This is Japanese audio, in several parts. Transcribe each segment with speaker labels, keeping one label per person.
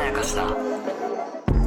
Speaker 1: やかしだ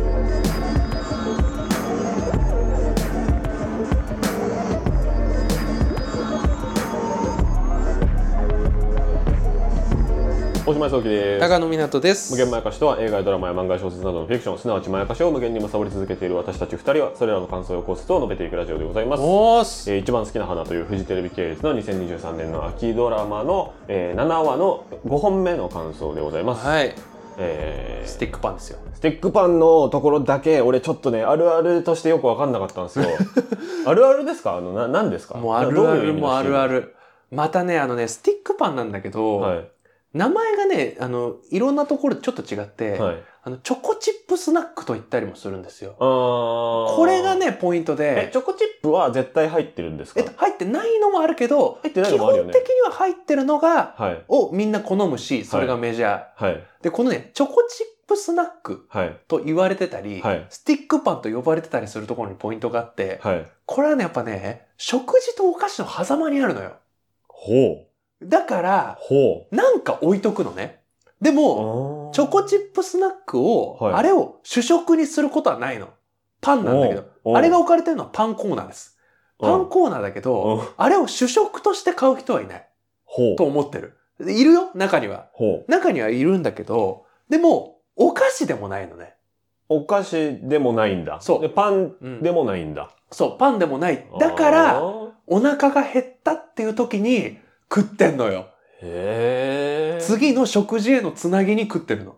Speaker 2: 大島康之です
Speaker 3: 長野湊です
Speaker 2: 無限まやかしとは映画やドラマや漫画や小説などのフィクションすなわちまやかしを無限に貪り続けている私たち2人はそれらの感想や考察を述べていくラジオでございます、
Speaker 3: おーす
Speaker 2: えー一番好きな花というフジテレビ系列の2023年の秋ドラマの、えー7話の5本目の感想でございます、
Speaker 3: はい
Speaker 2: えー
Speaker 3: スティックパンですよ
Speaker 2: スティックパンのところだけ俺ちょっとねあるあるとしてよく分かんなかったん ですよあるあるですかあのな何ですか
Speaker 3: もうあるあるもうあるあ
Speaker 2: る
Speaker 3: るまたねあのねスティックパンなんだけど、
Speaker 2: はい
Speaker 3: 名前がねあのいろんなところでちょっと違って、
Speaker 2: はい
Speaker 3: あのチョコチップスナックと言ったりもするんですよ
Speaker 2: あー
Speaker 3: これがねポイント
Speaker 2: え
Speaker 3: で
Speaker 2: チョコチップは絶対入ってるんです
Speaker 3: え
Speaker 2: か
Speaker 3: っと、入ってないのもあるけど
Speaker 2: 入ってないのもあるよね
Speaker 3: 基本的には入ってるのが
Speaker 2: はい
Speaker 3: をみんな好むしそれがメジャー、
Speaker 2: はい
Speaker 3: でこのねチョコチップスナック
Speaker 2: はい
Speaker 3: と言われてたり、
Speaker 2: はい
Speaker 3: スティックパンと呼ばれてたりするところにポイントがあって、
Speaker 2: はい
Speaker 3: これはね、やっぱね、食事とお菓子の狭間にあるのよ。
Speaker 2: ほう
Speaker 3: だから、
Speaker 2: ほ
Speaker 3: なんか置いとくのね。で
Speaker 2: うあー
Speaker 3: も、チョコチップスナックを、
Speaker 2: はい
Speaker 3: あれを主食にすることはないの。パンなんだけど、
Speaker 2: おうおう
Speaker 3: あれが置かれてるのはパンコーナーです。パンコーナーだけ
Speaker 2: お
Speaker 3: ど
Speaker 2: う、
Speaker 3: あれを主食として買う人はいない。
Speaker 2: ほう
Speaker 3: と思ってる。でいるよ、中には。
Speaker 2: ほう
Speaker 3: 中にはいるんだけど、でも、お菓子でもないのね。
Speaker 2: お菓子でもないんだ
Speaker 3: そう
Speaker 2: でパン
Speaker 3: うん
Speaker 2: でもないんだ
Speaker 3: そう、パンでもない。だから
Speaker 2: あ、ー
Speaker 3: お腹が減ったっていう時に食ってんのよ。
Speaker 2: へえ
Speaker 3: 次の食事へのつなぎに食ってるの。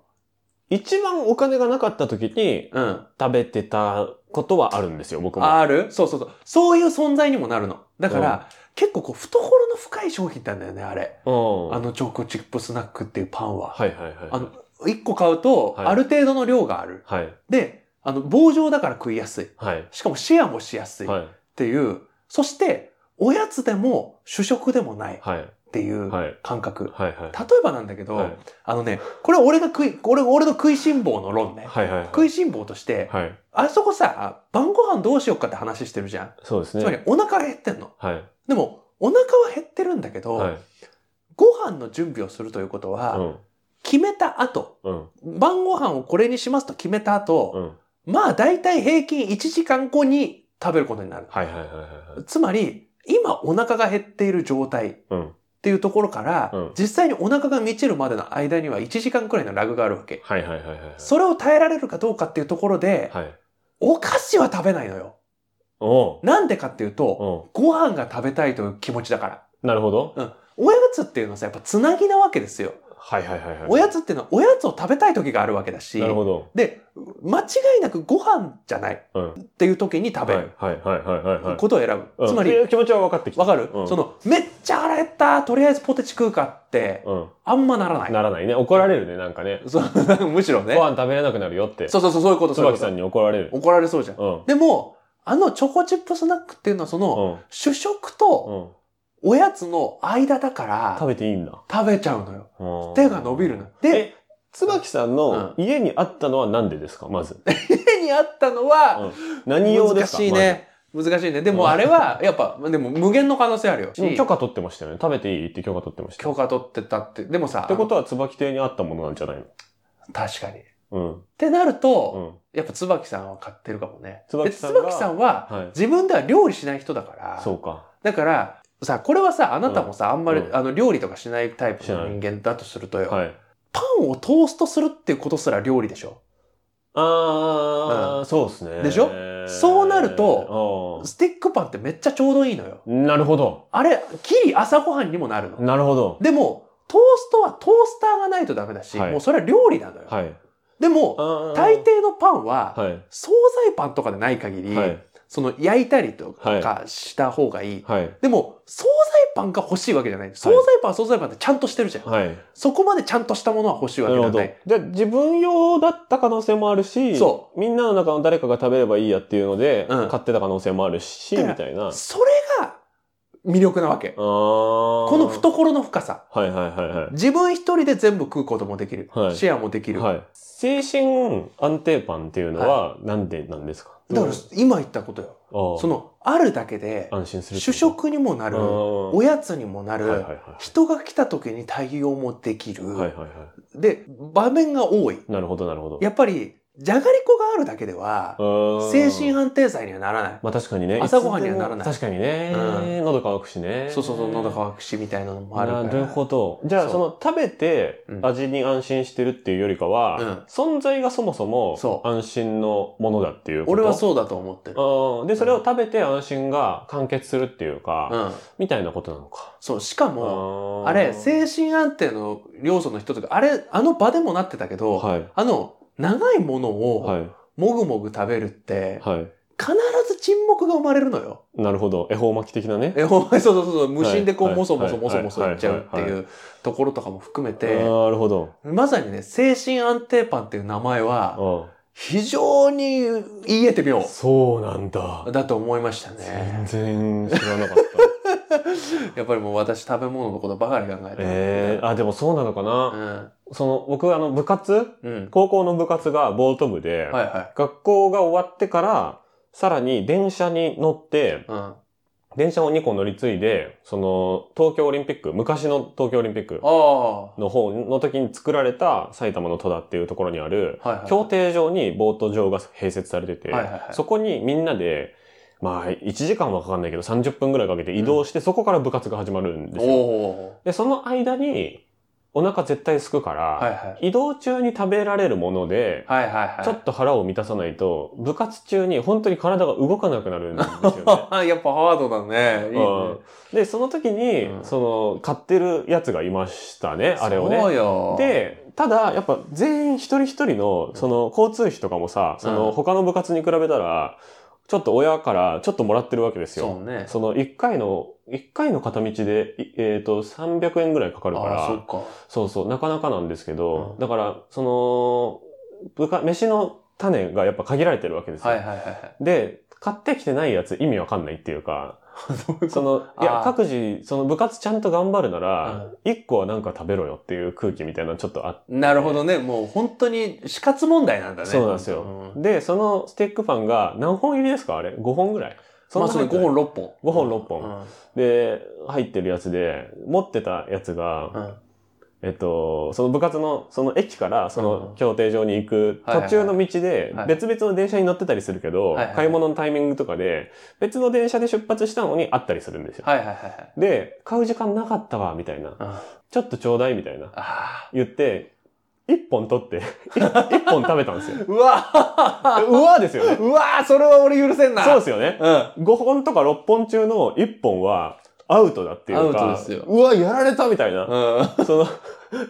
Speaker 2: 一番お金がなかった時に
Speaker 3: うん。
Speaker 2: 食べてたことはあるんですよ僕も
Speaker 3: あるそうそうそう。そういう存在にもなるの。だから、結構こう、懐の深い商品なんだよね、あれ。
Speaker 2: うん
Speaker 3: あのチョコチップスナックっていうパンは。
Speaker 2: はいはいはい
Speaker 3: あの、1個買うと、
Speaker 2: はい
Speaker 3: ある程度の量がある。
Speaker 2: はい
Speaker 3: で、あの、棒状だから食いやすい。
Speaker 2: はい
Speaker 3: しかもシェアもしやすいっ
Speaker 2: はい
Speaker 3: ていう。そして、おやつでも主食でもないっ
Speaker 2: はい
Speaker 3: ていう
Speaker 2: はい
Speaker 3: 感覚。
Speaker 2: はいはい
Speaker 3: 例えばなんだけど、
Speaker 2: はい
Speaker 3: あのね、これは俺が食い、俺、俺の食いしん坊の論ね。
Speaker 2: はいはい
Speaker 3: 食いしん坊として、
Speaker 2: はい
Speaker 3: あそこさ、晩ご飯どうしようかって話してるじゃん。
Speaker 2: そうです
Speaker 3: つまり
Speaker 2: ね
Speaker 3: お腹が減ってんの。
Speaker 2: はい
Speaker 3: でも、お腹は減ってるんだけど、
Speaker 2: はい
Speaker 3: ご飯の準備をするということは、
Speaker 2: うん
Speaker 3: 決めた後、
Speaker 2: うん
Speaker 3: 晩ご飯をこれにしますと決め
Speaker 2: う
Speaker 3: た後、
Speaker 2: ん
Speaker 3: まあ大体平均1時間後に食べることになる。
Speaker 2: はいはいはいはいはい
Speaker 3: つまり、今お腹が減っている状態っ
Speaker 2: うん
Speaker 3: ていうところから、
Speaker 2: うん
Speaker 3: 実際にお腹が満ちるまでの間には1時間くらいのラグがあるわけ。
Speaker 2: はいはいはいはい
Speaker 3: それを耐えられるかどうかっていうところで、
Speaker 2: はい
Speaker 3: お菓子は食べないのよ。
Speaker 2: おう
Speaker 3: なんでかっていうと、
Speaker 2: お
Speaker 3: ご飯が食べたいという気持ちだから。
Speaker 2: うなるほど
Speaker 3: おやつっていうのはさ、やっぱつなぎなわけですよ。
Speaker 2: はいはいはいはい
Speaker 3: おやつっていうのはおやつを食べたい時があるわけだし
Speaker 2: な、るほど
Speaker 3: で、間違いなくご飯じゃない
Speaker 2: うん
Speaker 3: っていう時に食べる
Speaker 2: はいはいはいはいはい
Speaker 3: ことを選ぶ。
Speaker 2: はい
Speaker 3: つま
Speaker 2: うんい
Speaker 3: り、
Speaker 2: や気持ちは分かってきた
Speaker 3: わかる、
Speaker 2: うん
Speaker 3: その、めっちゃ腹減ったとりあえずポテチ食うかって、
Speaker 2: うん
Speaker 3: あんまならない。
Speaker 2: ならないね怒られるねなんかね
Speaker 3: そう むしろね
Speaker 2: ご。飯食べれなくなるよって
Speaker 3: そうそうそう、そういうこと、そういう
Speaker 2: 椿
Speaker 3: こ
Speaker 2: さん
Speaker 3: と。
Speaker 2: に怒られる
Speaker 3: 怒られそうじゃん。
Speaker 2: うん
Speaker 3: でも、あのチョコチップスナックっていうのはその、
Speaker 2: うん
Speaker 3: 主食と
Speaker 2: うん
Speaker 3: おやつの間だから、
Speaker 2: 食べていいんだ
Speaker 3: 食べちゃうのよ。
Speaker 2: うん
Speaker 3: 手が伸びるの。で、
Speaker 2: え椿さんの家にあったのは何でですかまず
Speaker 3: 手にあったのは、
Speaker 2: 何用で
Speaker 3: 難
Speaker 2: すか
Speaker 3: しいね。難しいね。でもあれは、やっぱ、でも無限の可能性あるよ。
Speaker 2: まずうん許可取ってましたよね食べていいって許可取ってましたよ
Speaker 3: 許可取ってたって。でもさ、
Speaker 2: ってことは椿亭にあったものなんじゃないの
Speaker 3: 確かに。っ
Speaker 2: うん
Speaker 3: てなる
Speaker 2: う
Speaker 3: と、
Speaker 2: ん
Speaker 3: やっぱ椿さんは買ってるかもね。
Speaker 2: 椿
Speaker 3: で
Speaker 2: さんが
Speaker 3: 椿さんは、
Speaker 2: はい
Speaker 3: 自分では料理しない人だから、
Speaker 2: そうか
Speaker 3: だから、さ、これはさ、あなたもさ、あんまり、
Speaker 2: うん
Speaker 3: あの、料理とかしないタイプ
Speaker 2: しな
Speaker 3: の
Speaker 2: い
Speaker 3: 人間だとするとよ、
Speaker 2: はい
Speaker 3: パンをトーストするっていうことすら料理でしょ。
Speaker 2: あーそうですね
Speaker 3: でしょそうなる
Speaker 2: と
Speaker 3: スティックパンってめっちゃちょうどいいのよ。
Speaker 2: なるほど
Speaker 3: あれ、きり朝ごはんにもなるの。
Speaker 2: なるほど
Speaker 3: でも、トーストはトースターがないとダメだし、
Speaker 2: はい
Speaker 3: もうそれは料理なのよ。
Speaker 2: はい
Speaker 3: でも、大抵のパンは、
Speaker 2: はい
Speaker 3: 惣菜パンとかでない限り、
Speaker 2: はい
Speaker 3: その焼いたりとかした方がいい。
Speaker 2: はい
Speaker 3: でも、惣菜パンが欲しいわけじゃない。惣菜パンは惣菜パンってちゃんとしてるじゃん。
Speaker 2: はい
Speaker 3: そこまでちゃんとしたものは欲しいわ
Speaker 2: な
Speaker 3: け
Speaker 2: る
Speaker 3: じ
Speaker 2: ほ
Speaker 3: ゃ
Speaker 2: ど
Speaker 3: な
Speaker 2: じ
Speaker 3: い。
Speaker 2: ゃあ自分用だった可能性もあるし
Speaker 3: そ
Speaker 2: みんなの中の誰かが食べればいいやっていうので、
Speaker 3: うん
Speaker 2: 買ってた可能性もあるし
Speaker 3: だから
Speaker 2: みたいなあ
Speaker 3: それが魅力なわけ。こ
Speaker 2: こ
Speaker 3: の懐の深さ。
Speaker 2: はいはいはいは
Speaker 3: 自分一人で全部食うこともできる。
Speaker 2: はい
Speaker 3: シェアもでき
Speaker 2: い、
Speaker 3: る。
Speaker 2: はい、精神安定パンっていうのはなんでなんですか
Speaker 3: だから、今言ったことよ。そ
Speaker 2: そ
Speaker 3: の、あるだけで、
Speaker 2: 安心する。
Speaker 3: 主食にもなる、
Speaker 2: お
Speaker 3: おやつにもな
Speaker 2: はいはい
Speaker 3: る
Speaker 2: は、い。
Speaker 3: 人が来た時に対応もできる。
Speaker 2: はいはいは
Speaker 3: で、場面が多い。
Speaker 2: い。なるほどなるほど。
Speaker 3: やっぱり、じゃがりこがあるだけでは、精
Speaker 2: 精
Speaker 3: 神安定剤にはならない。
Speaker 2: まあ確かにね。
Speaker 3: 朝ごはんにはならない
Speaker 2: つでも確かにね。喉乾くしね。
Speaker 3: そうそうそう、喉乾くしみたいなのもあるから。
Speaker 2: なるほど。じゃあ、
Speaker 3: そう
Speaker 2: その食べて
Speaker 3: うん
Speaker 2: 味に安心してるっていうよりかは、存在がそもそも
Speaker 3: そう
Speaker 2: 安心のものだっていうこと。
Speaker 3: 俺はそうだと思ってる。
Speaker 2: うん。で、それを食べて安心が完結するっていう
Speaker 3: う
Speaker 2: か、
Speaker 3: ん。
Speaker 2: みたいなことなのか。
Speaker 3: そう、しかも、
Speaker 2: あー
Speaker 3: あれ、精神安定の要素の一つが、あれ、あの場でもなってたけど、
Speaker 2: はい。
Speaker 3: あの、長いもの
Speaker 2: は
Speaker 3: を、
Speaker 2: い。
Speaker 3: もぐもぐ食べるって、
Speaker 2: はい。
Speaker 3: 必ず沈黙が生まれるのよ。
Speaker 2: なるほど。恵方巻き的なね。
Speaker 3: え、ほんまにそうそうそう、無心でこ
Speaker 2: は
Speaker 3: う、
Speaker 2: い
Speaker 3: もそもそ
Speaker 2: はい
Speaker 3: もそもそ
Speaker 2: はい
Speaker 3: いっちゃうって
Speaker 2: はい
Speaker 3: い
Speaker 2: は
Speaker 3: うところとかも含
Speaker 2: あ
Speaker 3: めて、
Speaker 2: ーなるほど。
Speaker 3: まさにね、精神安定パンっていう名前は、
Speaker 2: う
Speaker 3: 非常に言えて妙
Speaker 2: ん。そうなんだ。
Speaker 3: だと思いましたね。
Speaker 2: 全然知らなかった。
Speaker 3: やっぱりもう私食べ物のことばかり考えてる。
Speaker 2: えー、あ、でもそうなのかな。その、僕、あの、部活
Speaker 3: うん。うん。
Speaker 2: 高校の部活がボート部で、
Speaker 3: はいは
Speaker 2: 学校が終わってから、さらに電車に乗って、
Speaker 3: い。うん。
Speaker 2: 電車を2個乗り継いで、その、東京オリンピック、昔の東京オリンピック
Speaker 3: ああ。は
Speaker 2: の方の時に作られた埼玉の戸田っていうところにある、
Speaker 3: いはい。
Speaker 2: 競艇場にボート場が併設されてて、
Speaker 3: はいはいはい
Speaker 2: そこにみんなで、まあ、1時間はかかんないけど、30分ぐらいかけて移動して、そこから部活が始まるんです
Speaker 3: お
Speaker 2: よ。
Speaker 3: お
Speaker 2: で、その間に、お腹絶対空くから、
Speaker 3: ー。はいはい。
Speaker 2: 移動中に食べられるもので、
Speaker 3: はいはいはい。
Speaker 2: ちょっと腹を満たさないと、部活中に本当に体が動かなくなるんですよね。
Speaker 3: やっぱハードだ ね。いいね
Speaker 2: うんで、その時に、
Speaker 3: うん
Speaker 2: その、買ってるやつがいましたね、あれを
Speaker 3: そう
Speaker 2: ね。
Speaker 3: よ。、
Speaker 2: で、ただ、やっぱ全員一人一人の、その、交通費とかもさ、そ
Speaker 3: うん
Speaker 2: の、他の部活に比べたら、ちょっと親からちょっともらってるわけですよ。
Speaker 3: そうね。
Speaker 2: その、一回の、一回の片道で、いえっ、と、300円ぐらいかかるか
Speaker 3: あ
Speaker 2: ら、
Speaker 3: あ、そっか。
Speaker 2: そうそう、なかなかなんですけど、
Speaker 3: うん
Speaker 2: だから、その、部下、飯の種がやっぱ限られてるわけですよ。
Speaker 3: はいはいはいはい。
Speaker 2: で、買ってきてないやつ意味わかんないっていう か、その、い
Speaker 3: あ
Speaker 2: や
Speaker 3: ー、
Speaker 2: 各自、その部活ちゃんと頑張るなら、一個はなんか食べろよっていう空気みたいなのちょっとあって、
Speaker 3: なるほどね。もう本当に死活問題なんだね。
Speaker 2: そうなんです
Speaker 3: う
Speaker 2: よ。
Speaker 3: ん
Speaker 2: で、そのスティックパンが何本入りですかあれ ?5 本ぐらい。
Speaker 3: ま
Speaker 2: ん
Speaker 3: あ、
Speaker 2: な
Speaker 3: それ5本6本。
Speaker 2: 五本六本
Speaker 3: うん
Speaker 2: で、入ってるやつで、持ってたやつが、
Speaker 3: うん
Speaker 2: えっと、その部活の、その駅から、そ
Speaker 3: うん
Speaker 2: の競艇場に行く
Speaker 3: はいはい
Speaker 2: 途
Speaker 3: はい
Speaker 2: 中の道で
Speaker 3: はい、
Speaker 2: 別々の電車に乗ってたりするけど
Speaker 3: はいはい、
Speaker 2: 買い物のタイミングとかで、別の電車で出発したのにあったりするんですよ。
Speaker 3: はいはいはいはい。
Speaker 2: で、買う時間なかったわ、みたいな。
Speaker 3: うん
Speaker 2: ちょっとちょうだい、みたいな。
Speaker 3: あ
Speaker 2: 言って、一本取って、 一本食べたんですよ。
Speaker 3: ーう
Speaker 2: う
Speaker 3: わ
Speaker 2: わーです よね。
Speaker 3: うわそれは俺許せんな。
Speaker 2: そうですよね。
Speaker 3: うん。あ
Speaker 2: 5本とか6本中の1本はアウトだっていうか、
Speaker 3: アウトですよ
Speaker 2: うわ、やられたみたいな。その、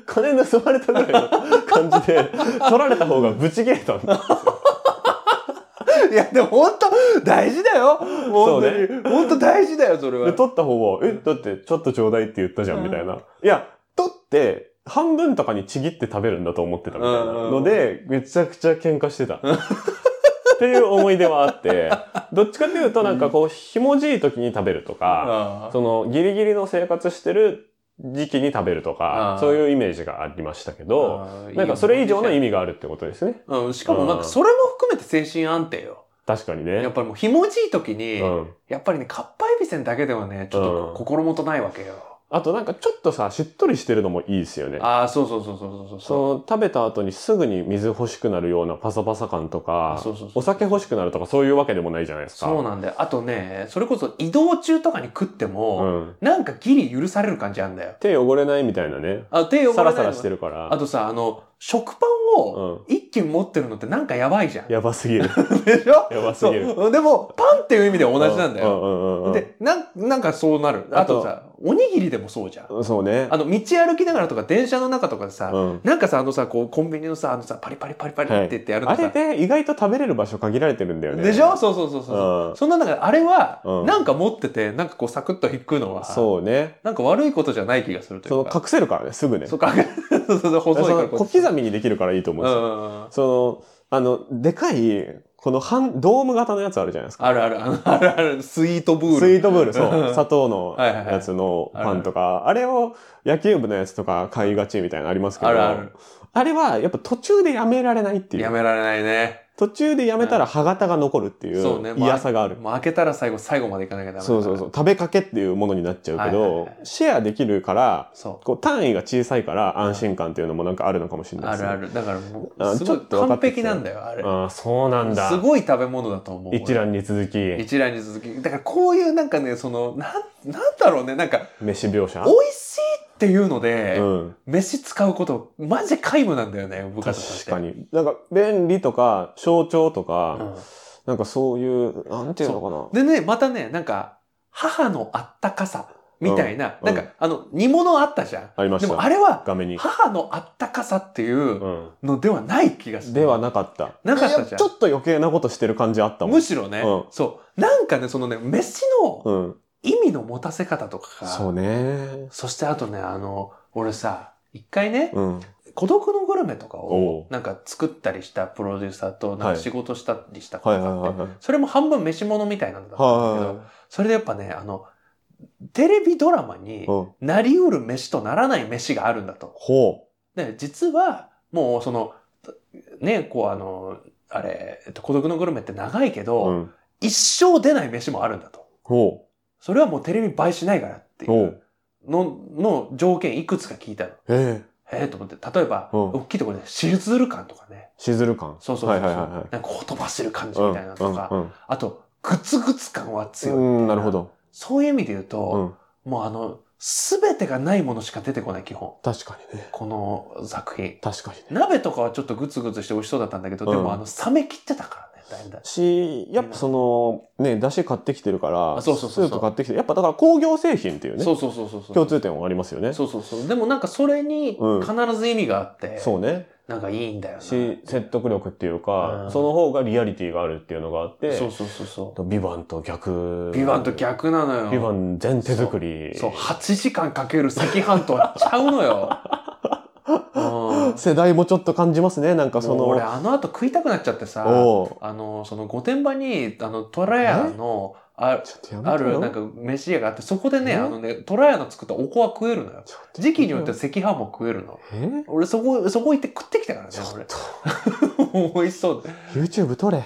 Speaker 2: 金盗まれたぐらいの感じで、取られた方がブチ切れたんだ。
Speaker 3: いや、でも本当大事だよ。本当
Speaker 2: そう
Speaker 3: に。本当大事だよ、それは。
Speaker 2: で、取った方は、え、だってちょっとちょうだいって言ったじゃん、みたいな。いや、取って、半分とかにちぎって食べるんだと思ってたみたいな
Speaker 3: うん
Speaker 2: ので、めちゃくちゃ喧嘩してた。っていう思い出はあ って、どっちかっていうとなんかこう、ひもじい時に食べるとか、
Speaker 3: あー
Speaker 2: そのギリギリの生活してる時期に食べると
Speaker 3: う
Speaker 2: か
Speaker 3: ん、
Speaker 2: そういうイメージがありましたけど、
Speaker 3: あー
Speaker 2: なんかそれ以上の意
Speaker 3: いい
Speaker 2: 味があるってことですね。
Speaker 3: ようん、しかもなんかそれも含めて精神安定よ。
Speaker 2: 確かにね。
Speaker 3: やっぱりもうひもじい時に、
Speaker 2: うん。
Speaker 3: やっぱりね、かっぱえびせんだけではね、ちょっと心もとないわけよ。
Speaker 2: あとなんかちょっとさ、しっとりしてるのもいいですよね。
Speaker 3: ああ、そうそうそうそうそ
Speaker 2: そ
Speaker 3: うそう。
Speaker 2: の食べた後にすぐに水欲しくなるようなパサパサ感と
Speaker 3: あ
Speaker 2: か、
Speaker 3: そうそうそう
Speaker 2: お酒欲しくなるとかそういうわけでもないじゃないですか。
Speaker 3: そうなんだよ。あとね、それこそ移動中とかに食っても、
Speaker 2: うん。
Speaker 3: なんかギリ許される感じあんだよ。
Speaker 2: 手汚れないみたいなね。
Speaker 3: あ、手汚
Speaker 2: サラ
Speaker 3: れない
Speaker 2: サラして
Speaker 3: る。
Speaker 2: るから。
Speaker 3: あとさ、あの、食パンを
Speaker 2: う
Speaker 3: 一気に持ってるのってなんかやばいじゃん
Speaker 2: ん。。やばす ぎる。
Speaker 3: でしょ
Speaker 2: やばす
Speaker 3: そ
Speaker 2: ぎる。
Speaker 3: う。でも、パンっていう意味では同じなんだよ。
Speaker 2: うんうんうんうん。
Speaker 3: で、なん、なんかそうなる。あ
Speaker 2: あと
Speaker 3: とさ、おにぎりでもそうじゃん。
Speaker 2: そうね。
Speaker 3: あの、道歩きながらとか、電車の中とかでさ、
Speaker 2: うん
Speaker 3: なんかさ、あのさ、こう、コンビニのさ、あのさ、パリパリパリパリってってやる
Speaker 2: あ
Speaker 3: のさ、
Speaker 2: れで意外と食べれる場所限られてるんだよね。
Speaker 3: でしょそうそうそう
Speaker 2: う
Speaker 3: そう。
Speaker 2: ん。
Speaker 3: そんな中で、あれは、
Speaker 2: うん
Speaker 3: なんか持ってて、なんかこう、サクッと引くのは、
Speaker 2: そうね。
Speaker 3: なんか悪いことじゃない気がするとい
Speaker 2: そうの
Speaker 3: か。
Speaker 2: 隠せるからね、すぐね。
Speaker 3: そうか、そうそうそう、細い
Speaker 2: そ
Speaker 3: から
Speaker 2: の
Speaker 3: こう
Speaker 2: 小刻みにできるからいいと思うん
Speaker 3: う
Speaker 2: ですよ。
Speaker 3: んうんうん。
Speaker 2: その、あの、でかい、この半、ドーム型のやつあるじゃないですか。
Speaker 3: あるある、あのあるある、スイートブール。
Speaker 2: スイートブール、そ
Speaker 3: うん
Speaker 2: う。砂糖の
Speaker 3: はいはいはい
Speaker 2: やつのパンとか、あれを野球部のやつとか買いがちみたいなのありますけど、
Speaker 3: あるある。
Speaker 2: あれはやっぱ途中でやめられないってい
Speaker 3: や
Speaker 2: う。
Speaker 3: められないね。
Speaker 2: 途中でやめたら歯型が残るってい
Speaker 3: そうね
Speaker 2: う
Speaker 3: まあ
Speaker 2: 嫌さがある。
Speaker 3: もう開けたら最後、最後までいかなきゃダメだか
Speaker 2: そ
Speaker 3: ら
Speaker 2: うそうそう。。食べかけっていうものになっちゃうけど、
Speaker 3: はいはいはい
Speaker 2: シェアできるから、
Speaker 3: そ
Speaker 2: こう単位が小さいから安心感っていうのもなんかあるのかもしれ
Speaker 3: う。
Speaker 2: ない
Speaker 3: あ
Speaker 2: です、ね。
Speaker 3: るある。だからも
Speaker 2: あ
Speaker 3: う、す
Speaker 2: ち
Speaker 3: ご
Speaker 2: ょ
Speaker 3: い
Speaker 2: っと分か
Speaker 3: 完
Speaker 2: ってき
Speaker 3: 璧
Speaker 2: た
Speaker 3: なんだよ、あれ。
Speaker 2: ああ、そうなんだ。
Speaker 3: すごい食べ物だと思う。
Speaker 2: 一覧に続き、
Speaker 3: 俺。一覧に続き。だからこういうなんかね、その、なん、なんだろうね、なんか、
Speaker 2: 飯描写
Speaker 3: 美味しいっていうので、
Speaker 2: うん。
Speaker 3: 飯使うこと、マジで皆無なんだよね、部活とし
Speaker 2: 確
Speaker 3: て。
Speaker 2: かに。なんか、便利とか、象徴とか、
Speaker 3: うん
Speaker 2: なんかそういう、なんていうのかな。
Speaker 3: でね、またね、なんか、母のあったかさ、みたいな、
Speaker 2: うんうん
Speaker 3: なんか、あの、煮物あったじゃん。
Speaker 2: ありまし
Speaker 3: で
Speaker 2: た
Speaker 3: もあれは、
Speaker 2: 画面に。
Speaker 3: 母のあったかさっていう
Speaker 2: う
Speaker 3: のではない気がす
Speaker 2: ん。
Speaker 3: る。
Speaker 2: ではなかった。
Speaker 3: なかったじゃん
Speaker 2: いやちょっと余計なことしてる感じあったもん。
Speaker 3: むしろね、
Speaker 2: うん
Speaker 3: そう。なんかね、そのね、飯の
Speaker 2: うん。
Speaker 3: 意味の持たせ方とかが、
Speaker 2: そうね。
Speaker 3: そしてあとね、あの、俺さ、一回ね、
Speaker 2: うん。
Speaker 3: 孤独のグルメとか
Speaker 2: お
Speaker 3: を
Speaker 2: う、
Speaker 3: なんか作ったりしたプロデューサーと、なんか仕事したりしたこ
Speaker 2: はいは
Speaker 3: と
Speaker 2: い
Speaker 3: があって、
Speaker 2: はいはい。
Speaker 3: それも半分飯物みたいなんだったんだけど、
Speaker 2: は
Speaker 3: それでやっぱね、あの、テレビドラマに
Speaker 2: い。うん。
Speaker 3: なりうる飯とならない飯があるんだと。
Speaker 2: ほ
Speaker 3: で、実は、もうその、ね、こうあの、あれ、えっと孤独のグルメって長いけ
Speaker 2: う。
Speaker 3: ど、
Speaker 2: うん。
Speaker 3: 一生出ない飯もあるんだと。
Speaker 2: ほ
Speaker 3: それはもうテレビ映えしないからっ
Speaker 2: う。
Speaker 3: てい
Speaker 2: ほ
Speaker 3: う
Speaker 2: う。
Speaker 3: の、の条件いくつか聞いたの。
Speaker 2: ええ。
Speaker 3: ええと思って、例えば、
Speaker 2: うん
Speaker 3: 大きいところで、シズル感とかね。
Speaker 2: しずる感。
Speaker 3: そうそうそうそう、
Speaker 2: はいはいはいはい。
Speaker 3: なんか言葉する感じみたいなのとか、
Speaker 2: うんうん
Speaker 3: あと、グツグツ感は強い。
Speaker 2: うんうんなるほど。
Speaker 3: そういう意味で言うと、
Speaker 2: うん。
Speaker 3: もうあの、すべてがないものしか出てこない、基本。
Speaker 2: 確かにね。
Speaker 3: この作品。
Speaker 2: 確かにね。
Speaker 3: 鍋とかはちょっとグツグツして美味しそうだったんだけど、
Speaker 2: うん
Speaker 3: でもあの、冷め切ってたからね、だいだい。
Speaker 2: し、やっぱその、ね、出汁買ってきてるから、
Speaker 3: あそうそうそうそう
Speaker 2: スープ買ってきて、やっぱだから工業製品っていうね
Speaker 3: そ、うそうそうそうそう。
Speaker 2: 共通点はありますよね。
Speaker 3: そうそうそう。でもなんかそれに
Speaker 2: うん
Speaker 3: 必ず意味があって、
Speaker 2: そうね。
Speaker 3: なんかいいんだよな。
Speaker 2: し、説得力っていうか
Speaker 3: う、ん
Speaker 2: その方がリアリティがあるっていうのがあって、
Speaker 3: そうそうそうそ
Speaker 2: ビバンと逆。
Speaker 3: う。ビバンと。逆なのよ。
Speaker 2: ビバン全手作り。
Speaker 3: そう、8時間かける赤飯とはちゃう のよ。うん。
Speaker 2: 世代もちょっと感じますね、なんかそ
Speaker 3: もう
Speaker 2: の。
Speaker 3: 俺あの後食いたくなっちゃってさ、
Speaker 2: おう
Speaker 3: あの、その御殿場に、あの、トラヤの、あ
Speaker 2: ちょっとやめ
Speaker 3: あ
Speaker 2: てよ
Speaker 3: るなんか飯屋があって、そこでね、
Speaker 2: え
Speaker 3: あのね、トラヤの作ったおこは食えるのよ。
Speaker 2: ちょっと
Speaker 3: 時期によって赤飯も食えるの。
Speaker 2: え
Speaker 3: 俺そこ、そこ行って食ってきたからね
Speaker 2: ちょ、っと、
Speaker 3: 俺。 美味しそうで。
Speaker 2: YouTube 撮れ。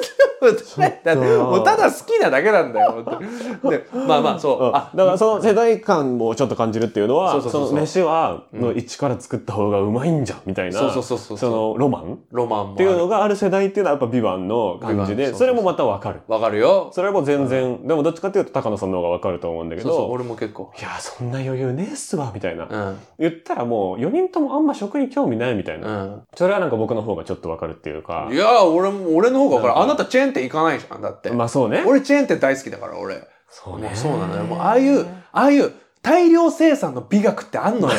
Speaker 3: トラヤだってもうただ好きなだけなんだよ、本当にで、まあまあ、そう。
Speaker 2: うん
Speaker 3: あ、
Speaker 2: だからその世代感もちょっと感じるっていうの
Speaker 3: そ
Speaker 2: は、
Speaker 3: うそうそうそう
Speaker 2: その飯は、
Speaker 3: うん
Speaker 2: の一から作った方がうまいんじゃん、みたいな。
Speaker 3: そうそうそうそう。
Speaker 2: そのロマン
Speaker 3: ロマンもある。
Speaker 2: っていうのがある世代っていうのはやっぱビバンの感じ
Speaker 3: ビバンそうそう
Speaker 2: で、
Speaker 3: そう
Speaker 2: それもまたわかる。
Speaker 3: わかるよ。
Speaker 2: それも全然、でもどっちかっていうと高野さんの方がわかると思うんだけ
Speaker 3: そうそう、
Speaker 2: ど、
Speaker 3: 俺も結構。
Speaker 2: いや、そんな余裕ねえっすわ、みたいな。
Speaker 3: うん。
Speaker 2: 言ったらもう4人ともあんま食に興味ないみたいうな。
Speaker 3: ん。
Speaker 2: それはなんか僕の方がちょっとわかるっていうか
Speaker 3: い。や、俺も、俺の方がわかる。
Speaker 2: な
Speaker 3: あ
Speaker 2: んか
Speaker 3: なたチェーン店行かないじゃん、だって。
Speaker 2: まあそうね。
Speaker 3: 俺チェーン店大好きだから、俺。
Speaker 2: そ
Speaker 3: もうそう なのよ。もうああいう、ああいう大量生産の美学ってあんのよ。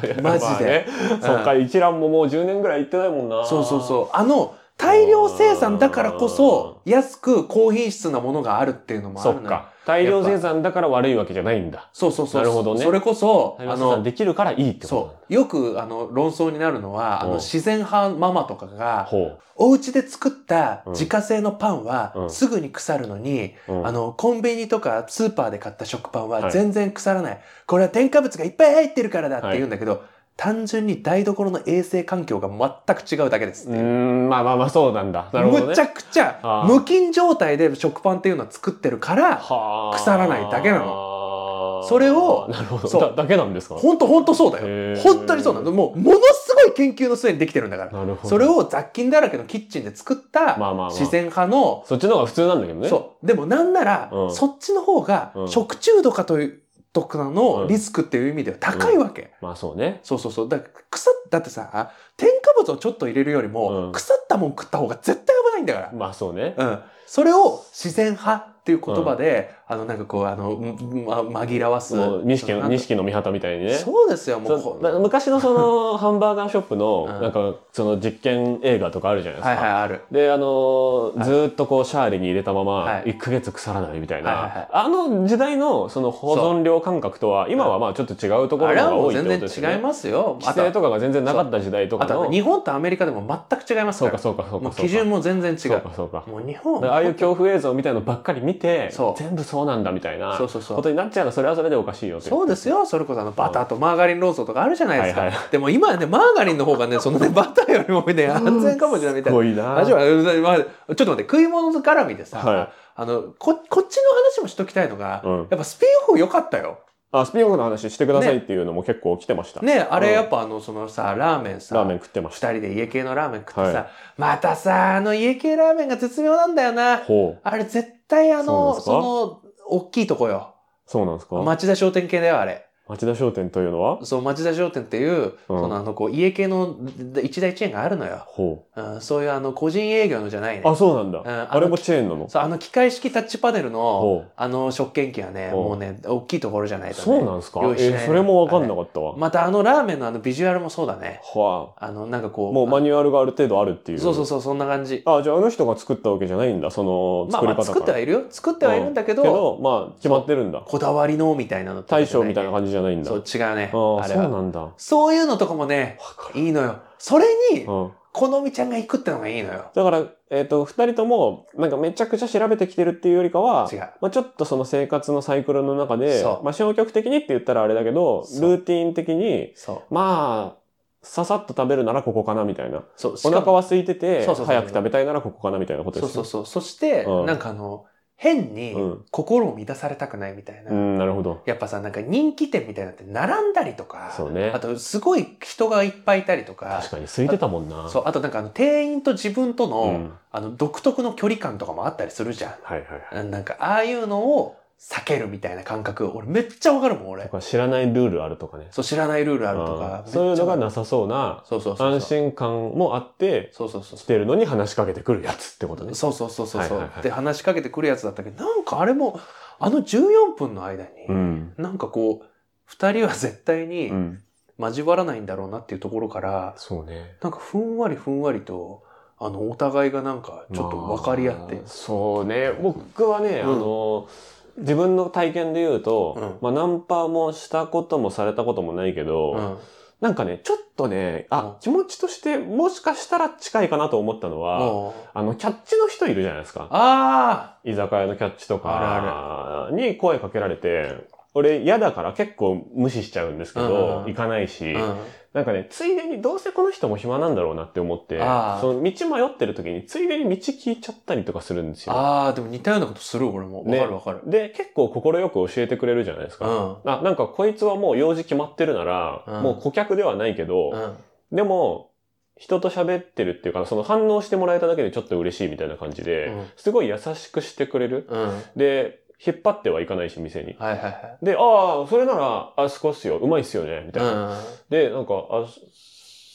Speaker 3: マジで。
Speaker 2: まあねそっか、一覧ももう10年ぐらい行ってないもんな。
Speaker 3: そうそうそう。あの、大量生産だからこそ、安く高品質なものがあるっていうのもあ
Speaker 2: そ
Speaker 3: るの
Speaker 2: っ
Speaker 3: よ。
Speaker 2: か。大量生産だから悪いわけじゃないんだ。
Speaker 3: そうそうそう。
Speaker 2: なるほどね
Speaker 3: それこそ、
Speaker 2: 大量
Speaker 3: あ
Speaker 2: 生産
Speaker 3: の、
Speaker 2: できるからいいってこ
Speaker 3: そう。よく、あの、論争になるのは、あ
Speaker 2: うん
Speaker 3: の、自然派ママとか
Speaker 2: と。
Speaker 3: が、
Speaker 2: ほ
Speaker 3: お家で作った
Speaker 2: うん
Speaker 3: 自家製のパンは
Speaker 2: う、ん
Speaker 3: すぐに腐るのに、
Speaker 2: う。うん
Speaker 3: あ、の、コンビニとかスーパーで買った食パン
Speaker 2: は
Speaker 3: はい全然腐らない。これは添加物がいっぱい入ってるからだって言うんだけど、単純に台所の衛生環境が全く違うだけですっ
Speaker 2: う
Speaker 3: て
Speaker 2: ー
Speaker 3: いう。
Speaker 2: ん、まあまあまあそうなんだ。なるほどね。
Speaker 3: むちゃくちゃ
Speaker 2: あー
Speaker 3: 無菌状態で食パンっていうのは作ってるから、
Speaker 2: はあ
Speaker 3: 腐らないだけな
Speaker 2: の
Speaker 3: それを
Speaker 2: なるほ
Speaker 3: そ
Speaker 2: ど。
Speaker 3: う
Speaker 2: だだけなんですか
Speaker 3: ほんとほんとそうだ
Speaker 2: へ
Speaker 3: よ。
Speaker 2: ー
Speaker 3: 本当にそうなの。もう、ものすごい研究の末にできてるんだから。
Speaker 2: なるほど。
Speaker 3: それを雑菌だらけのキッチンで作っ
Speaker 2: まあ
Speaker 3: た
Speaker 2: まあまあ
Speaker 3: 自然派の、
Speaker 2: そっちの方が普通なんだけどね。
Speaker 3: そう。でもなんなら、
Speaker 2: うん
Speaker 3: そっちの方が
Speaker 2: うん
Speaker 3: 食中毒かという、とかのリスクっていう意味では高いわけ。
Speaker 2: まあそうね。
Speaker 3: そうそうそう。だから腐っ、だってさ、添加物をちょっと入れるよりも、
Speaker 2: うん
Speaker 3: 腐ったもん食った方が絶対危ないんだか
Speaker 2: まあそうね。
Speaker 3: ら。うん。それを自然派っていう言葉で、あの、なんかこう、あの、んま、紛らわす。
Speaker 2: もう錦
Speaker 3: な
Speaker 2: の
Speaker 3: んか
Speaker 2: 錦の三旗みたいにね。
Speaker 3: そうですよ、もう
Speaker 2: そ
Speaker 3: こ
Speaker 2: う
Speaker 3: う。は
Speaker 2: だ
Speaker 3: い
Speaker 2: から昔のそ のハンバーガーショップの
Speaker 3: うん
Speaker 2: なんかその実験映画とかあるじゃないです
Speaker 3: はい、
Speaker 2: か。
Speaker 3: ある。
Speaker 2: で、あのー
Speaker 3: はい
Speaker 2: ずーっとこうシャーレに入れたまま
Speaker 3: はい
Speaker 2: 1ヶ月腐らないみたいな、
Speaker 3: はいはいはい
Speaker 2: あの時代のその保存量感覚とは今はまあちょっと違うとこ
Speaker 3: あ
Speaker 2: ろ
Speaker 3: れ
Speaker 2: の方
Speaker 3: は
Speaker 2: が
Speaker 3: も
Speaker 2: 多
Speaker 3: う
Speaker 2: いって
Speaker 3: 全
Speaker 2: ことで
Speaker 3: 然
Speaker 2: すよ
Speaker 3: 違い
Speaker 2: ね。
Speaker 3: ますよ。
Speaker 2: 規制とかが全然なかった時代とか
Speaker 3: あとあ
Speaker 2: の
Speaker 3: と日本とアメリカでも全く違います
Speaker 2: そ
Speaker 3: か。
Speaker 2: うからそうかそうかそう
Speaker 3: もう
Speaker 2: か
Speaker 3: 基準も全然
Speaker 2: そ
Speaker 3: 違
Speaker 2: う
Speaker 3: う。
Speaker 2: かそうか
Speaker 3: もう日
Speaker 2: だ
Speaker 3: 本
Speaker 2: からああいう恐怖映像みたいなのばっかり見見て
Speaker 3: そう
Speaker 2: 全部そうなんだみたいな
Speaker 3: そうそうそう
Speaker 2: ことになっちゃうのそれはそれでおかしいよって
Speaker 3: そうですよそれこそあのバターとマーガリン論争とかあるじゃないですか、
Speaker 2: はいは
Speaker 3: でも今はねマーガリンの方がねそのねバターよりもね安全かもしれないみた
Speaker 2: す
Speaker 3: いな
Speaker 2: ごいな
Speaker 3: 話はうんまあちょっと待って食い物絡みでさ、
Speaker 2: はい
Speaker 3: あのここっちの話もしときたいのが、
Speaker 2: うん
Speaker 3: やっぱスピンオフ良かったよ。
Speaker 2: あスピンオフの話してくださいっていうのも結構来てました、
Speaker 3: ねあ
Speaker 2: う
Speaker 3: れ
Speaker 2: ん
Speaker 3: やっぱあのそのさラーメンさ
Speaker 2: ラーメン食ってました
Speaker 3: 2人で家系のラーメン食ってさ、
Speaker 2: はい
Speaker 3: またさあの家系ラーメンが絶妙なんだよな
Speaker 2: ほう
Speaker 3: あれ絶対あのそ
Speaker 2: そうな
Speaker 3: の大きいとこよ
Speaker 2: そうなんですか、
Speaker 3: 町田商店系だよあれ
Speaker 2: 町田商店というのは
Speaker 3: そう町田商店っていう、
Speaker 2: うん
Speaker 3: そのあのこう家系の一大チェーンがあるのよ、
Speaker 2: ほ
Speaker 3: うん、そういうあの個人営業のじゃないね
Speaker 2: うあそうなんだ、
Speaker 3: うんあの
Speaker 2: あれもチェーンなの
Speaker 3: そうあの機械式タッチパネルの
Speaker 2: ほう
Speaker 3: あの食券機はね
Speaker 2: ほう
Speaker 3: もうね大きいところじゃないと、ね、
Speaker 2: そうなんですか
Speaker 3: 用意しないの
Speaker 2: えそれも分かんなかったわ、
Speaker 3: またあのラーメンのあのビジュアルもそうだね
Speaker 2: は
Speaker 3: あのなんかこ
Speaker 2: あ
Speaker 3: う
Speaker 2: もうマニュアルがある程度あるっていう
Speaker 3: そうそうそうそんな感じ
Speaker 2: あじゃああの人が作ったわけじゃないんだその
Speaker 3: まあ
Speaker 2: 作り
Speaker 3: ま
Speaker 2: 方から、
Speaker 3: あ作ってはいるよ作ってはいるんだけど,、
Speaker 2: けどまあ決まってるんだ
Speaker 3: こだわりのみたいなのとか
Speaker 2: 大
Speaker 3: じゃ
Speaker 2: 将
Speaker 3: ね
Speaker 2: みたいな感じじゃないんだ
Speaker 3: そう違うね
Speaker 2: あ
Speaker 3: あ
Speaker 2: あ
Speaker 3: れ
Speaker 2: そう
Speaker 3: は
Speaker 2: なんだわ
Speaker 3: そういうのとかもね
Speaker 2: かる
Speaker 3: いいのよそれに
Speaker 2: うん
Speaker 3: このみちゃんが行くってのがいいのよ
Speaker 2: だから、えっ、と、二人とも、なんかめちゃくちゃ調べてきてるっていうよりかは
Speaker 3: 違う、
Speaker 2: まあちょっとその生活のサイクルの中で
Speaker 3: そ、う
Speaker 2: まあ消極的にって言ったらあれだけど、
Speaker 3: そう
Speaker 2: ルーティン的に、
Speaker 3: そう
Speaker 2: まあ、ささっと食べるならここかなみたいな。
Speaker 3: そう
Speaker 2: お
Speaker 3: しか
Speaker 2: 腹
Speaker 3: も
Speaker 2: は空いてて、
Speaker 3: そうそうそう
Speaker 2: 早く食べたいならここかなみたいなこと
Speaker 3: そ
Speaker 2: で
Speaker 3: う
Speaker 2: す
Speaker 3: そう
Speaker 2: ね。
Speaker 3: そうそして、
Speaker 2: うん
Speaker 3: なんかあの変に
Speaker 2: うん
Speaker 3: 心を乱されたくないみたいな、
Speaker 2: うん、なるほど。
Speaker 3: やっぱさなんか人気店みたいなのって並んだりとか
Speaker 2: そうね
Speaker 3: あとすごい人がいっぱいいたりとか
Speaker 2: 確かに空いてたもんな。。
Speaker 3: そううあとなんかあの店員と自分との,、
Speaker 2: うん。
Speaker 3: あの独特の距離感とかもあったりするじゃん
Speaker 2: はいはいはい。
Speaker 3: うんなんかああいうのを避けるみたいな感覚俺めっちゃわかるもん俺
Speaker 2: とか知らないルールあるとかね。
Speaker 3: そう知らないルールあるとか
Speaker 2: うんそういうのがなさ
Speaker 3: さ
Speaker 2: そうな、
Speaker 3: そうそうそうそう
Speaker 2: 安心感もあって、
Speaker 3: そうそうそう
Speaker 2: 来てるのに話しかけてくるやつってことね。
Speaker 3: そうそうそうそう
Speaker 2: はい
Speaker 3: そ
Speaker 2: は
Speaker 3: う、
Speaker 2: いはい
Speaker 3: で話しかけてくるやつだったけどなんかあれもあの14分の間に、
Speaker 2: うん。
Speaker 3: なんかこう2人は絶対に
Speaker 2: うん。
Speaker 3: 交わらないんだろうなっていうところから、
Speaker 2: そうね。
Speaker 3: なんかふんわりふんわりとあのお互いがなんかちょっと分かり合って、
Speaker 2: まあそうね僕はね、
Speaker 3: うん
Speaker 2: あの自分の体験で言うと、
Speaker 3: う
Speaker 2: まあ、ナンパもしたこともされたこともないけど、
Speaker 3: うん
Speaker 2: なんかねちょっとねあ、
Speaker 3: うん
Speaker 2: 気持ちとしてもしかしたら近いかなと思ったのは、
Speaker 3: もう
Speaker 2: あのキャッチの人いるじゃないですか
Speaker 3: あ
Speaker 2: 居酒屋のキャッチと
Speaker 3: あ
Speaker 2: かに声かけられて俺嫌だから結構無視しちゃうんですけ
Speaker 3: うん
Speaker 2: ど、
Speaker 3: うん
Speaker 2: 行かないし、
Speaker 3: ー、うん
Speaker 2: なんかね、ついでに、どうせこの人も暇なんだろうなって思って、
Speaker 3: あー
Speaker 2: その道迷ってる時に、ついでに道聞いちゃったりとかするんですよ。
Speaker 3: あーでも似たようなことする俺も分
Speaker 2: ね
Speaker 3: かる分かる、
Speaker 2: で、結構快く教えてくれるじゃないです
Speaker 3: う
Speaker 2: か。
Speaker 3: ん
Speaker 2: あ、なんかこいつはもう用事決まってるなら、
Speaker 3: うん
Speaker 2: もう顧客ではないけど、
Speaker 3: うん
Speaker 2: でも、人と喋ってるっていうか、その反応してもらえただけでちょっと嬉しいみたいな感じで、
Speaker 3: うん
Speaker 2: すごい優しくしてくれる。
Speaker 3: うんはい
Speaker 2: で、引っ張ってはいかないし、店に。
Speaker 3: はいはい
Speaker 2: で、ああ、それなら、あそこっすよ、うまいっすよね、みた
Speaker 3: う
Speaker 2: いな。
Speaker 3: ん
Speaker 2: で、なんか、あ、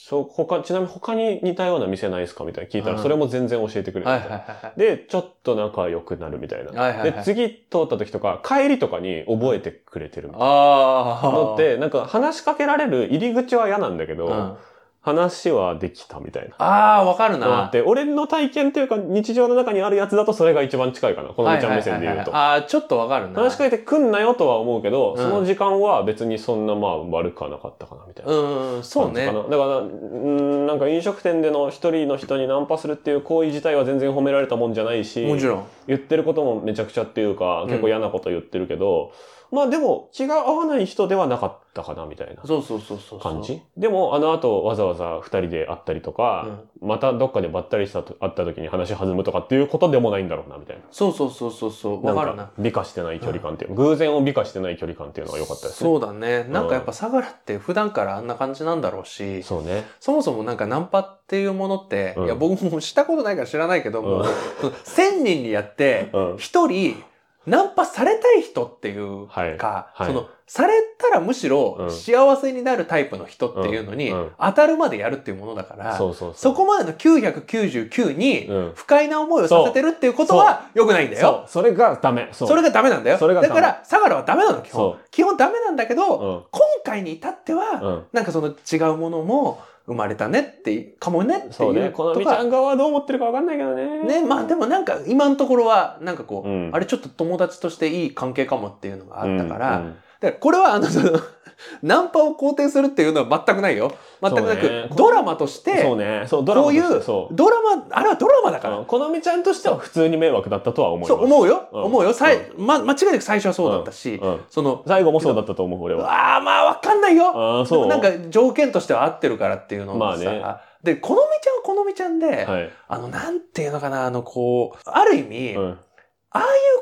Speaker 2: そう、他、ちなみに他に似たような店ないですかみたいな聞いた
Speaker 3: う
Speaker 2: ら、
Speaker 3: ん
Speaker 2: それも全然教えてくれる。
Speaker 3: はいはいは
Speaker 2: で、ちょっと仲良くなるみたいな。
Speaker 3: いはいはい
Speaker 2: で、次通った時とか、帰りとかに覚えてくれてるみたい
Speaker 3: あ
Speaker 2: な。
Speaker 3: あ
Speaker 2: のって、なんか話しかけられる入り口は嫌なんだけど、
Speaker 3: うん、あ
Speaker 2: 話はできたみたいな。
Speaker 3: あ分かる
Speaker 2: のあ
Speaker 3: な
Speaker 2: って、俺の体験というか日常の中にあるやつだとそれが一番近いかな。このみちゃん目線で言うと。
Speaker 3: ああーちょっと分かるな
Speaker 2: 話しか
Speaker 3: に
Speaker 2: けてくんなよとは思うけど、
Speaker 3: うん
Speaker 2: その時間は別にそんなまあ悪くはなかったかな、みたいな。
Speaker 3: うんそう
Speaker 2: 感
Speaker 3: ね
Speaker 2: じかなだから、うん、なんか飲食店での一人の人にナンパするっていう行為自体は全然褒められたもんじゃないし、
Speaker 3: もちろん
Speaker 2: 言ってることもめちゃくちゃっていうか
Speaker 3: う、ん
Speaker 2: 結構嫌なこと言ってるけど、まあでも気が合わない人ではなかったかな、みたいな
Speaker 3: そうそうそうそうそう
Speaker 2: 感じ。でも、あの後わざわざ二人で会ったりと
Speaker 3: う
Speaker 2: か、
Speaker 3: ん、
Speaker 2: またどっかでばったりしたと会った時に話弾むとかっていうことでもないんだろうな、みたいな。
Speaker 3: そうそうそうそうそう分かるなん
Speaker 2: 美化してない距離感っていう、偶然を美化してない距離感っていうのが良かったですね。
Speaker 3: そうだねなんかやっぱ相良って普段からあんな感じなんだろうし、
Speaker 2: そうね。
Speaker 3: そもそもなんかナンパっていうものって、
Speaker 2: うん
Speaker 3: いや僕もしたことないから知らないけど
Speaker 2: うん
Speaker 3: も、1000人にやって
Speaker 2: うん。
Speaker 3: 1人ナンパされたい人っていう
Speaker 2: はい。
Speaker 3: か、
Speaker 2: はい
Speaker 3: そのされたらむし
Speaker 2: う
Speaker 3: ろ
Speaker 2: ん
Speaker 3: 幸せになるタイプの人っていうのに、
Speaker 2: うんうん
Speaker 3: 当たるまでやるっていうものだから、
Speaker 2: そうそうそう。
Speaker 3: そこまでの999に
Speaker 2: うん
Speaker 3: 不快な思いをさせてるっていうことは良くないんだよ。
Speaker 2: そう、それがダメ。そ。
Speaker 3: そうれがダメなんだよ。
Speaker 2: それがダ
Speaker 3: だ
Speaker 2: メ
Speaker 3: から、相良はダメなの、基本
Speaker 2: そ。
Speaker 3: 基本ダメなんだけど、
Speaker 2: うん。
Speaker 3: 今回に至っては、
Speaker 2: うん。
Speaker 3: なんかその違うものも生まれたねっていう、かもねって
Speaker 2: そう
Speaker 3: い
Speaker 2: ね。
Speaker 3: う
Speaker 2: この
Speaker 3: と
Speaker 2: みちゃ
Speaker 3: か、
Speaker 2: ん側はどう思ってるかわかんないけどね。
Speaker 3: ね、まあでもなんか今のところは、なんかこう、
Speaker 2: うん
Speaker 3: あれちょっと友達としていい関係かもっていうのがあったから、
Speaker 2: うんうん
Speaker 3: だからこれはあの、その、 ナンパを肯定するっていうのは全くないよ。全くなく、
Speaker 2: そうね
Speaker 3: ドラマとして、
Speaker 2: そうね。そう、ドラマ
Speaker 3: ことう
Speaker 2: し
Speaker 3: い
Speaker 2: て
Speaker 3: う
Speaker 2: そう。
Speaker 3: ドラマ、あれはドラマだ
Speaker 2: あ
Speaker 3: から。
Speaker 2: の、好みちゃんとしては普通に迷惑だったとは思います。
Speaker 3: そう思うよ、
Speaker 2: うん
Speaker 3: 思うよ、さい
Speaker 2: うん
Speaker 3: ま、間違いなく最初はそうだったし、
Speaker 2: うん。
Speaker 3: その
Speaker 2: 最後もそうだったと思う、俺は。
Speaker 3: ああまあわかんないよ
Speaker 2: ああ、
Speaker 3: で
Speaker 2: そ
Speaker 3: も
Speaker 2: う。
Speaker 3: なんか条件としては合ってるからっていうの
Speaker 2: まあ
Speaker 3: もさ、
Speaker 2: ね
Speaker 3: で好みちゃんは好みちゃんで、
Speaker 2: はい。
Speaker 3: あのなんていうのかなあのこうある意味、
Speaker 2: う。
Speaker 3: そういうん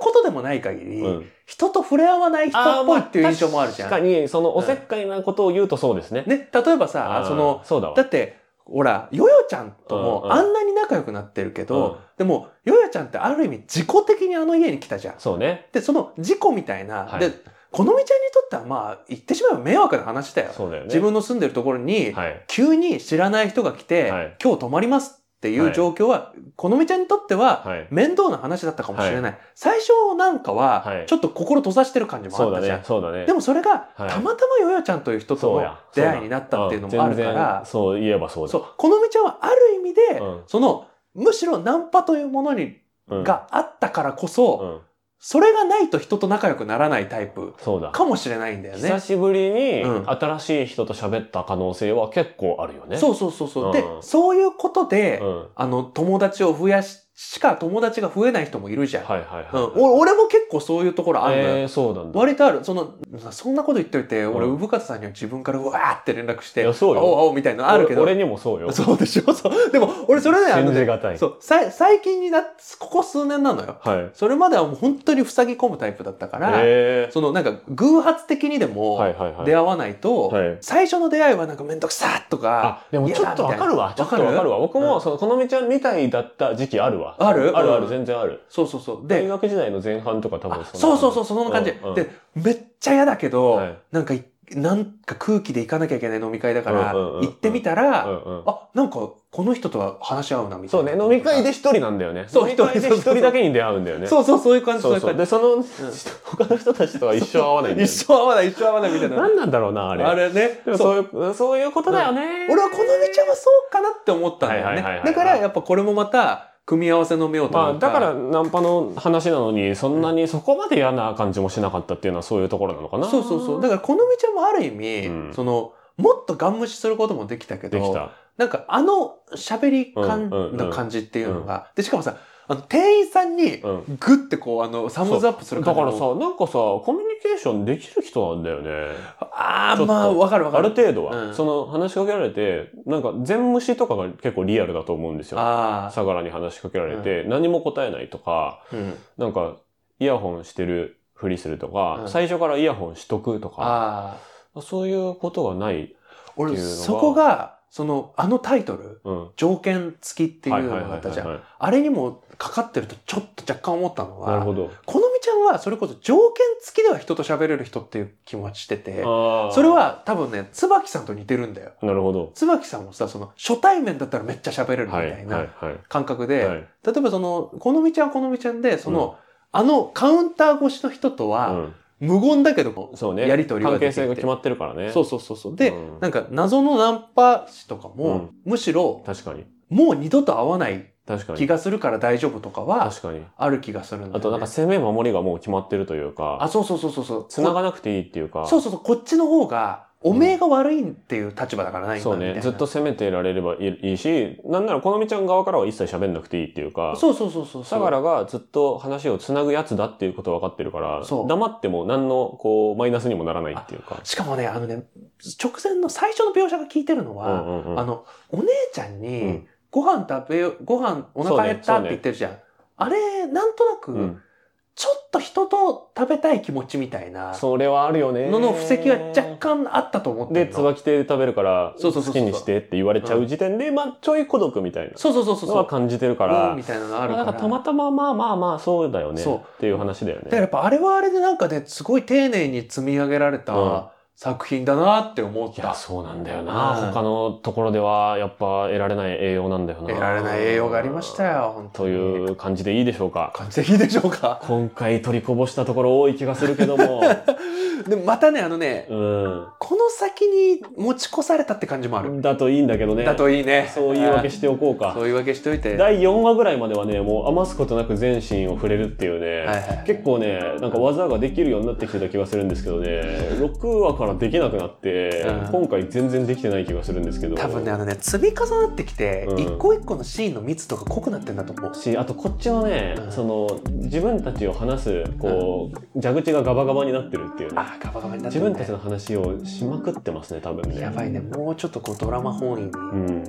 Speaker 3: ことでもない限り、
Speaker 2: うん。
Speaker 3: 人と触れ合わない人
Speaker 2: あー
Speaker 3: っぽい
Speaker 2: ま
Speaker 3: っていう印象もあるじゃん。
Speaker 2: 確かに、そのおせっかいなことを言うとそうですね。
Speaker 3: ね、例えばさ
Speaker 2: ー
Speaker 3: その
Speaker 2: そうだわ
Speaker 3: だ。ってほらヨヨちゃんと
Speaker 2: うんう
Speaker 3: も
Speaker 2: ん
Speaker 3: あんなに仲良くなってるけ
Speaker 2: う
Speaker 3: ど、
Speaker 2: ん
Speaker 3: でもヨヨちゃんってある意味自己的にあの家に来たじゃん。
Speaker 2: そうね。
Speaker 3: でその事故みたいな、
Speaker 2: はい
Speaker 3: でこのみちゃんにとってはまあ言ってしまえば迷惑な話だよ、
Speaker 2: そうだよね。
Speaker 3: 自分の住んでるところに、
Speaker 2: はい。
Speaker 3: 急に知らない人が来て、
Speaker 2: はい
Speaker 3: 今日泊まりますっていう状況は、このみちゃんにとっては
Speaker 2: はい。
Speaker 3: 面倒な話だったかもしれない、
Speaker 2: は
Speaker 3: 最初なんか
Speaker 2: は
Speaker 3: はいちょっと心閉ざしてる感じも
Speaker 2: そ
Speaker 3: あ
Speaker 2: う
Speaker 3: っ
Speaker 2: だ
Speaker 3: たじゃん、
Speaker 2: ね。そうだね。
Speaker 3: でもそれがた
Speaker 2: はい
Speaker 3: またまよよちゃんという人と
Speaker 2: そう
Speaker 3: の
Speaker 2: や
Speaker 3: 出会いになったっていうのもあるか
Speaker 2: うん全然
Speaker 3: ら
Speaker 2: そう言えばそうだ。
Speaker 3: そうこのみちゃんはある意味で、
Speaker 2: うん
Speaker 3: そのむしろナンパというものに、
Speaker 2: うん、
Speaker 3: があったからこそ、
Speaker 2: うん、
Speaker 3: それがないと人と仲良くならないタイプ
Speaker 2: そうだ。
Speaker 3: かもしれないんだよね
Speaker 2: 久。しぶりに
Speaker 3: うん
Speaker 2: 新しい人と喋った可能性は結構あるよね。
Speaker 3: そうそうそうそう。で
Speaker 2: うん、
Speaker 3: そういうことで、
Speaker 2: うん。はい
Speaker 3: あの、友達を増やし、しか友達が増えない人もいるじゃん。
Speaker 2: はいはい。
Speaker 3: うん、お俺も結構そういうところあるのよ。
Speaker 2: えー、そうなんだ。
Speaker 3: 割とある。その、そんなこと言っといて、俺、
Speaker 2: うん
Speaker 3: 産方さんには自分からうわーって連絡して、
Speaker 2: いやそうよ
Speaker 3: あおうあおうみたいなのあるけど。
Speaker 2: 俺俺にもそうよ。
Speaker 3: そうでしょそう。でも、俺それね、あの
Speaker 2: 信
Speaker 3: ね
Speaker 2: じがたい。
Speaker 3: そう、さい最近になっここ数年なのよ。
Speaker 2: はい。
Speaker 3: それまではもう本当に塞ぎ込むタイプだったから、
Speaker 2: え
Speaker 3: そのなんか偶発的にで
Speaker 2: ー、はい
Speaker 3: も
Speaker 2: はいはい。
Speaker 3: 出会わないと、
Speaker 2: はい
Speaker 3: 最初の出会いはなんかめんどくさーとか、
Speaker 2: あ、でもちょっとわかるわ。
Speaker 3: い
Speaker 2: ちょ
Speaker 3: や
Speaker 2: っとわかるわ。僕も、
Speaker 3: うん
Speaker 2: その、このみちゃんみたいだった時期あるわ。
Speaker 3: ある
Speaker 2: あるある、
Speaker 3: うん
Speaker 2: 全然ある。
Speaker 3: そうそうそう。で
Speaker 2: 大、学時代の前半とか多分。
Speaker 3: あそうそうそうう、その感じ。
Speaker 2: うんうん
Speaker 3: で、めっちゃ嫌だけど、
Speaker 2: はい
Speaker 3: なんかい、なんか空気で行かなきゃいけない飲み会だから、
Speaker 2: うんうんうんうん
Speaker 3: 行ってみたら、
Speaker 2: うんうん。
Speaker 3: あ、なんか、この人とは話し合うな、みた
Speaker 2: そ
Speaker 3: いうな。
Speaker 2: ね、飲み会で一人なんだよね。
Speaker 3: そう
Speaker 2: 飲み会で一
Speaker 3: 一人そうそう
Speaker 2: 人だけに出会うんだよね。
Speaker 3: そうそう、そういう感じ、
Speaker 2: そうそう。
Speaker 3: いう感
Speaker 2: で、その、他の人たちとは一生会わないんだ
Speaker 3: じ。
Speaker 2: よ
Speaker 3: 一
Speaker 2: ね。
Speaker 3: 生合わない、一生合わない、みたいな。
Speaker 2: 何なんだろうな、あれ。
Speaker 3: あれね。
Speaker 2: でも
Speaker 3: そう
Speaker 2: そういう、そういうことだよね。
Speaker 3: 俺はこの道はそうかなって思ったんだよ
Speaker 2: はいはいはいはい
Speaker 3: ね。
Speaker 2: はい
Speaker 3: だから、やっぱこれもまた、組み合わせの妙というか。
Speaker 2: まあ、だから、ナンパの話なのに、そんなにそこまで嫌な感じもしなかったっていうのはそういうところなのかな。
Speaker 3: そうそうそう。だから、この道もある意味、
Speaker 2: うん
Speaker 3: その、もっとガン無視することもできたけど、
Speaker 2: できた。
Speaker 3: なんかあの喋り感
Speaker 2: うんうんうん
Speaker 3: の感じっていうのが、で、しかもさ、あの店員さんに
Speaker 2: うん。
Speaker 3: グッてこう、あの、サムズアップする
Speaker 2: だ
Speaker 3: 感
Speaker 2: か
Speaker 3: じ
Speaker 2: らさ、なんかさ、コミュニケーションできる人なんだよね。ちょ
Speaker 3: ああ、
Speaker 2: っと
Speaker 3: まあ、わかるわか
Speaker 2: あ
Speaker 3: る。
Speaker 2: る程度は。
Speaker 3: うん
Speaker 2: その話しかけられて、なんか全無視とかが結構リアルだと思うんですよ。
Speaker 3: あ
Speaker 2: 相良に話しかけられて、何も答えないとか、
Speaker 3: あ、うん。
Speaker 2: なんか、イヤホンしてるふりするとか、
Speaker 3: うん
Speaker 2: 最初からイヤホンしとくとか、
Speaker 3: あ
Speaker 2: そういうことがない。
Speaker 3: あ。俺、
Speaker 2: っていうのが
Speaker 3: そこが、その、あのタイトル、
Speaker 2: うん。っ
Speaker 3: 条件付きっていうのがあったじゃん。
Speaker 2: な
Speaker 3: あれにもかかってるとちょっと若干思ったの
Speaker 2: るほ
Speaker 3: は、
Speaker 2: ど。
Speaker 3: このみちゃんはそれこそ条件付きでは人と喋れる人っていう気持ちしてて、
Speaker 2: あー
Speaker 3: それ、は多分ね、椿さんと似てるんだよ。
Speaker 2: なるほど。
Speaker 3: 椿さんもさ、その、初対面だったらめっちゃ喋れるみ
Speaker 2: は
Speaker 3: た
Speaker 2: い。
Speaker 3: い
Speaker 2: は。
Speaker 3: ない
Speaker 2: はい。
Speaker 3: 感覚で、
Speaker 2: はい
Speaker 3: 例えばその、このみちゃんはこのみちゃんで、その、あのカウンター越しの人とは、無言だけど、
Speaker 2: うんそうね。
Speaker 3: やりとりは
Speaker 2: 関
Speaker 3: で
Speaker 2: 係
Speaker 3: きて
Speaker 2: 性が決まってるからね。
Speaker 3: そうそうそうそう。で、
Speaker 2: うん
Speaker 3: なんか謎のナンパ師とかも、むしろ、
Speaker 2: 確かに。
Speaker 3: もう二度と会わない
Speaker 2: 確か
Speaker 3: 気
Speaker 2: に。
Speaker 3: がするから大丈夫とかは、
Speaker 2: 確かに。
Speaker 3: ある気がするんだよね、
Speaker 2: あと、なんか攻め守りがもう決まってるという
Speaker 3: あ、
Speaker 2: か、
Speaker 3: そうそうそうそうそう。
Speaker 2: 繋
Speaker 3: こ
Speaker 2: がなくていいっていうか、
Speaker 3: そうそうそう、こっちの方が、おめえが悪いっていう立場だからな、今
Speaker 2: そう
Speaker 3: みたい
Speaker 2: ね。
Speaker 3: な
Speaker 2: ずっと攻めてられればいいいいし、なんなら、このみちゃん側からは一切喋んなくていいっていうか、
Speaker 3: そうそうそうそう。
Speaker 2: 相良がずっと話をつなぐやつだっていうこと分かってるから、
Speaker 3: そう
Speaker 2: 黙っても何のこうマイナスにもならないっていうか。
Speaker 3: しかもね、あのね、直前の最初の描写が効いてるの
Speaker 2: う
Speaker 3: は、
Speaker 2: んうんうん
Speaker 3: あの、お姉ちゃんに、
Speaker 2: うん
Speaker 3: ご飯食べよ、ご飯お腹減ったって言ってるじゃん。あれ、なんとなく、
Speaker 2: うん
Speaker 3: ちょっと人と食べたい気持ちみたいな
Speaker 2: それはあるよね。
Speaker 3: のの布石は若干あったと思って
Speaker 2: で、
Speaker 3: るの。
Speaker 2: 椿亭で食べるから、好
Speaker 3: そうそうそうそ
Speaker 2: き
Speaker 3: う
Speaker 2: にしてって言われちゃう時点で、まあ、ちょい孤独みたいな
Speaker 3: そうそうそうそう
Speaker 2: の
Speaker 3: そ
Speaker 2: は
Speaker 3: う。
Speaker 2: 感じてるか
Speaker 3: う
Speaker 2: ら
Speaker 3: ん、みたいなのがあ
Speaker 2: まあ
Speaker 3: るか
Speaker 2: な
Speaker 3: ら。
Speaker 2: んかたまたままあまあまあ、そうだよね。
Speaker 3: そう
Speaker 2: っていう話だよ
Speaker 3: だからや
Speaker 2: ね。
Speaker 3: っぱあれはあれでなんかね、すごい丁寧に積み上げられ
Speaker 2: うん
Speaker 3: た作品だなって思っ
Speaker 2: いや、
Speaker 3: た。
Speaker 2: そうなんだよな。
Speaker 3: うん
Speaker 2: 他のところでは、やっぱ得られない栄養なんだよな。
Speaker 3: 得られない栄養がありました。よ、本当
Speaker 2: と
Speaker 3: に。
Speaker 2: いう感じでいいでしょうか。
Speaker 3: 感じでいいでしょうか。
Speaker 2: 今回取りこぼしたところ多い気がするけども、
Speaker 3: でまたねあのね、
Speaker 2: う
Speaker 3: この先に持ち越されたって感じもある、
Speaker 2: ん。だといいんだけどね。
Speaker 3: だといいね
Speaker 2: そういうわけしておこう
Speaker 3: あー
Speaker 2: か
Speaker 3: そ。ういうわけしといて
Speaker 2: 第4話ぐらいまではね、もう余すことなく全身を触れるっていうね、
Speaker 3: はいはい
Speaker 2: 結構ね、なんか技ができるようになってきてた気がするんですけどね、6話からできなくなって、
Speaker 3: うん
Speaker 2: 今回全然できてない気がするんですけど。
Speaker 3: 多分ねあのね積み重なってきて、
Speaker 2: うん
Speaker 3: 一個一個のシーンの密度が濃くなってんだと思う
Speaker 2: しあとこっちのね、
Speaker 3: うん
Speaker 2: その自分たちを話すこう、蛇口がガバガバになってるっていうね
Speaker 3: ああガバガバになっ
Speaker 2: 自
Speaker 3: てるね
Speaker 2: 分たちの話をしまくってますね多分ね
Speaker 3: やばいねもうちょっとこうドラマ本位に
Speaker 2: うん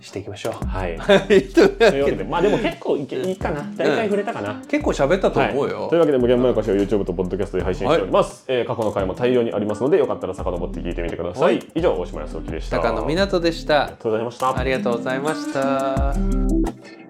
Speaker 3: していきましょう、
Speaker 2: はい
Speaker 3: はいというわ
Speaker 2: というわ
Speaker 3: け
Speaker 2: けで
Speaker 3: で
Speaker 2: まあでも 結構いけいいかな大体触れたかな、
Speaker 3: 結構喋ったと
Speaker 2: はい
Speaker 3: 思うよ、
Speaker 2: というわけで無限まやかしを YouTube とポッドキャストで配信しております、えー過去の回も大量にありますのでよかったら遡って聞いてみてください、
Speaker 3: はい
Speaker 2: 以上大島康之でした
Speaker 3: 高野
Speaker 2: ありが
Speaker 3: 湊でした
Speaker 2: とうございました
Speaker 3: ありがとうございました